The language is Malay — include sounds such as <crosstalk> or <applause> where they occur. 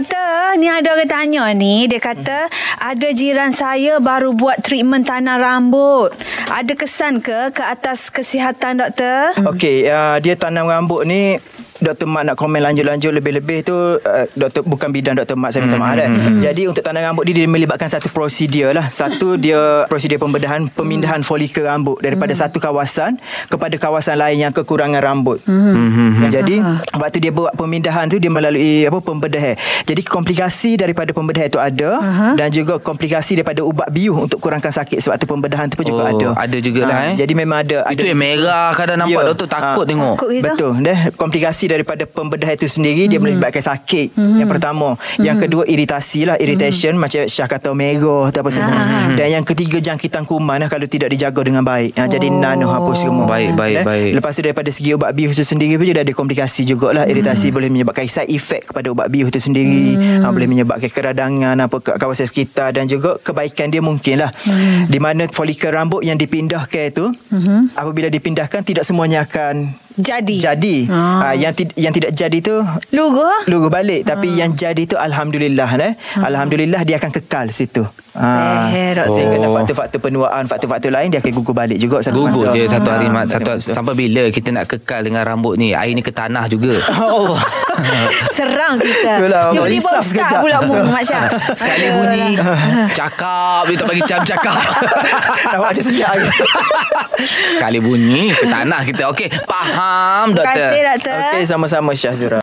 Doktor, ni ada orang tanya ni. Dia kata, ada jiran saya baru buat treatment tanah rambut. Ada kesan ke ke atas kesihatan doktor? Hmm. Okey, uh, dia tanam rambut ni Dr. Mat nak komen lanjut-lanjut lebih-lebih tu uh, Dr. bukan bidang Dr. Mat saya minta Hmm, maaf kan. Jadi untuk tanam rambut ni dia melibatkan satu prosedur lah. <laughs> Satu dia prosedur pembedahan pemindahan folikel rambut daripada Hmm. satu kawasan kepada kawasan lain yang kekurangan rambut. Hmm. Hmm, Jadi waktu dia buat pemindahan tu dia melalui apa pembedahan. Jadi komplikasi daripada pembedahan tu ada dan juga komplikasi daripada ubat biuh untuk kurangkan sakit sebab tu pembedahan tu pun juga Oh, ada. Ha, Ah, ada jugalah, eh. Jadi memang ada Itu ada yang merah kadang nampak Ya. doktor Ah. takut tengok. Takut kita. Betul dah komplikasi daripada pembedah itu sendiri mm-hmm. dia melibatkan sakit mm-hmm. yang pertama mm-hmm. yang kedua iritasi lah irritation mm-hmm. macam Syah kata merah atau apa semua mm-hmm. dan yang ketiga jangkitan kuman lah kalau tidak dijaga dengan baik ha, jadi nano hapus semua Baik, baik, Dah. baik. lepas tu daripada segi ubat bius itu sendiri pun juga ada komplikasi jugalah iritasi boleh menyebabkan side effect kepada ubat bius itu sendiri mm-hmm. ha, boleh menyebabkan keradangan apa ke kawasan sekitar dan juga kebaikan dia mungkin lah mm-hmm. di mana folikel rambut yang dipindahkan itu mm-hmm. apabila dipindahkan tidak semuanya akan Jadi. jadi ha. yang ti- yang tidak jadi tu Lugu? lugu balik tapi yang jadi tu alhamdulillah eh alhamdulillah dia akan kekal situ ha Eh, doktor. sehingga ada Oh. faktor-faktor penuaan faktor-faktor lain dia akan gugur balik juga satu Gugur masa je satu hari Ah, mat, satu <laughs> sampai bila kita nak kekal dengan rambut ni? Air ni ke tanah juga. Allah Serang kita. Itulah, Tiba-tiba berisap ustaz sekejap. pula mu, Mak Syah. Sekali Aduh, bunyi lah. Cakap Dia tak bagi jam cakap <laughs> <laughs> Nampak macam sedia Sekali bunyi Ke tanah kita Okey Faham Terima kasih, doktor doktor. Okey sama-sama Syah Zura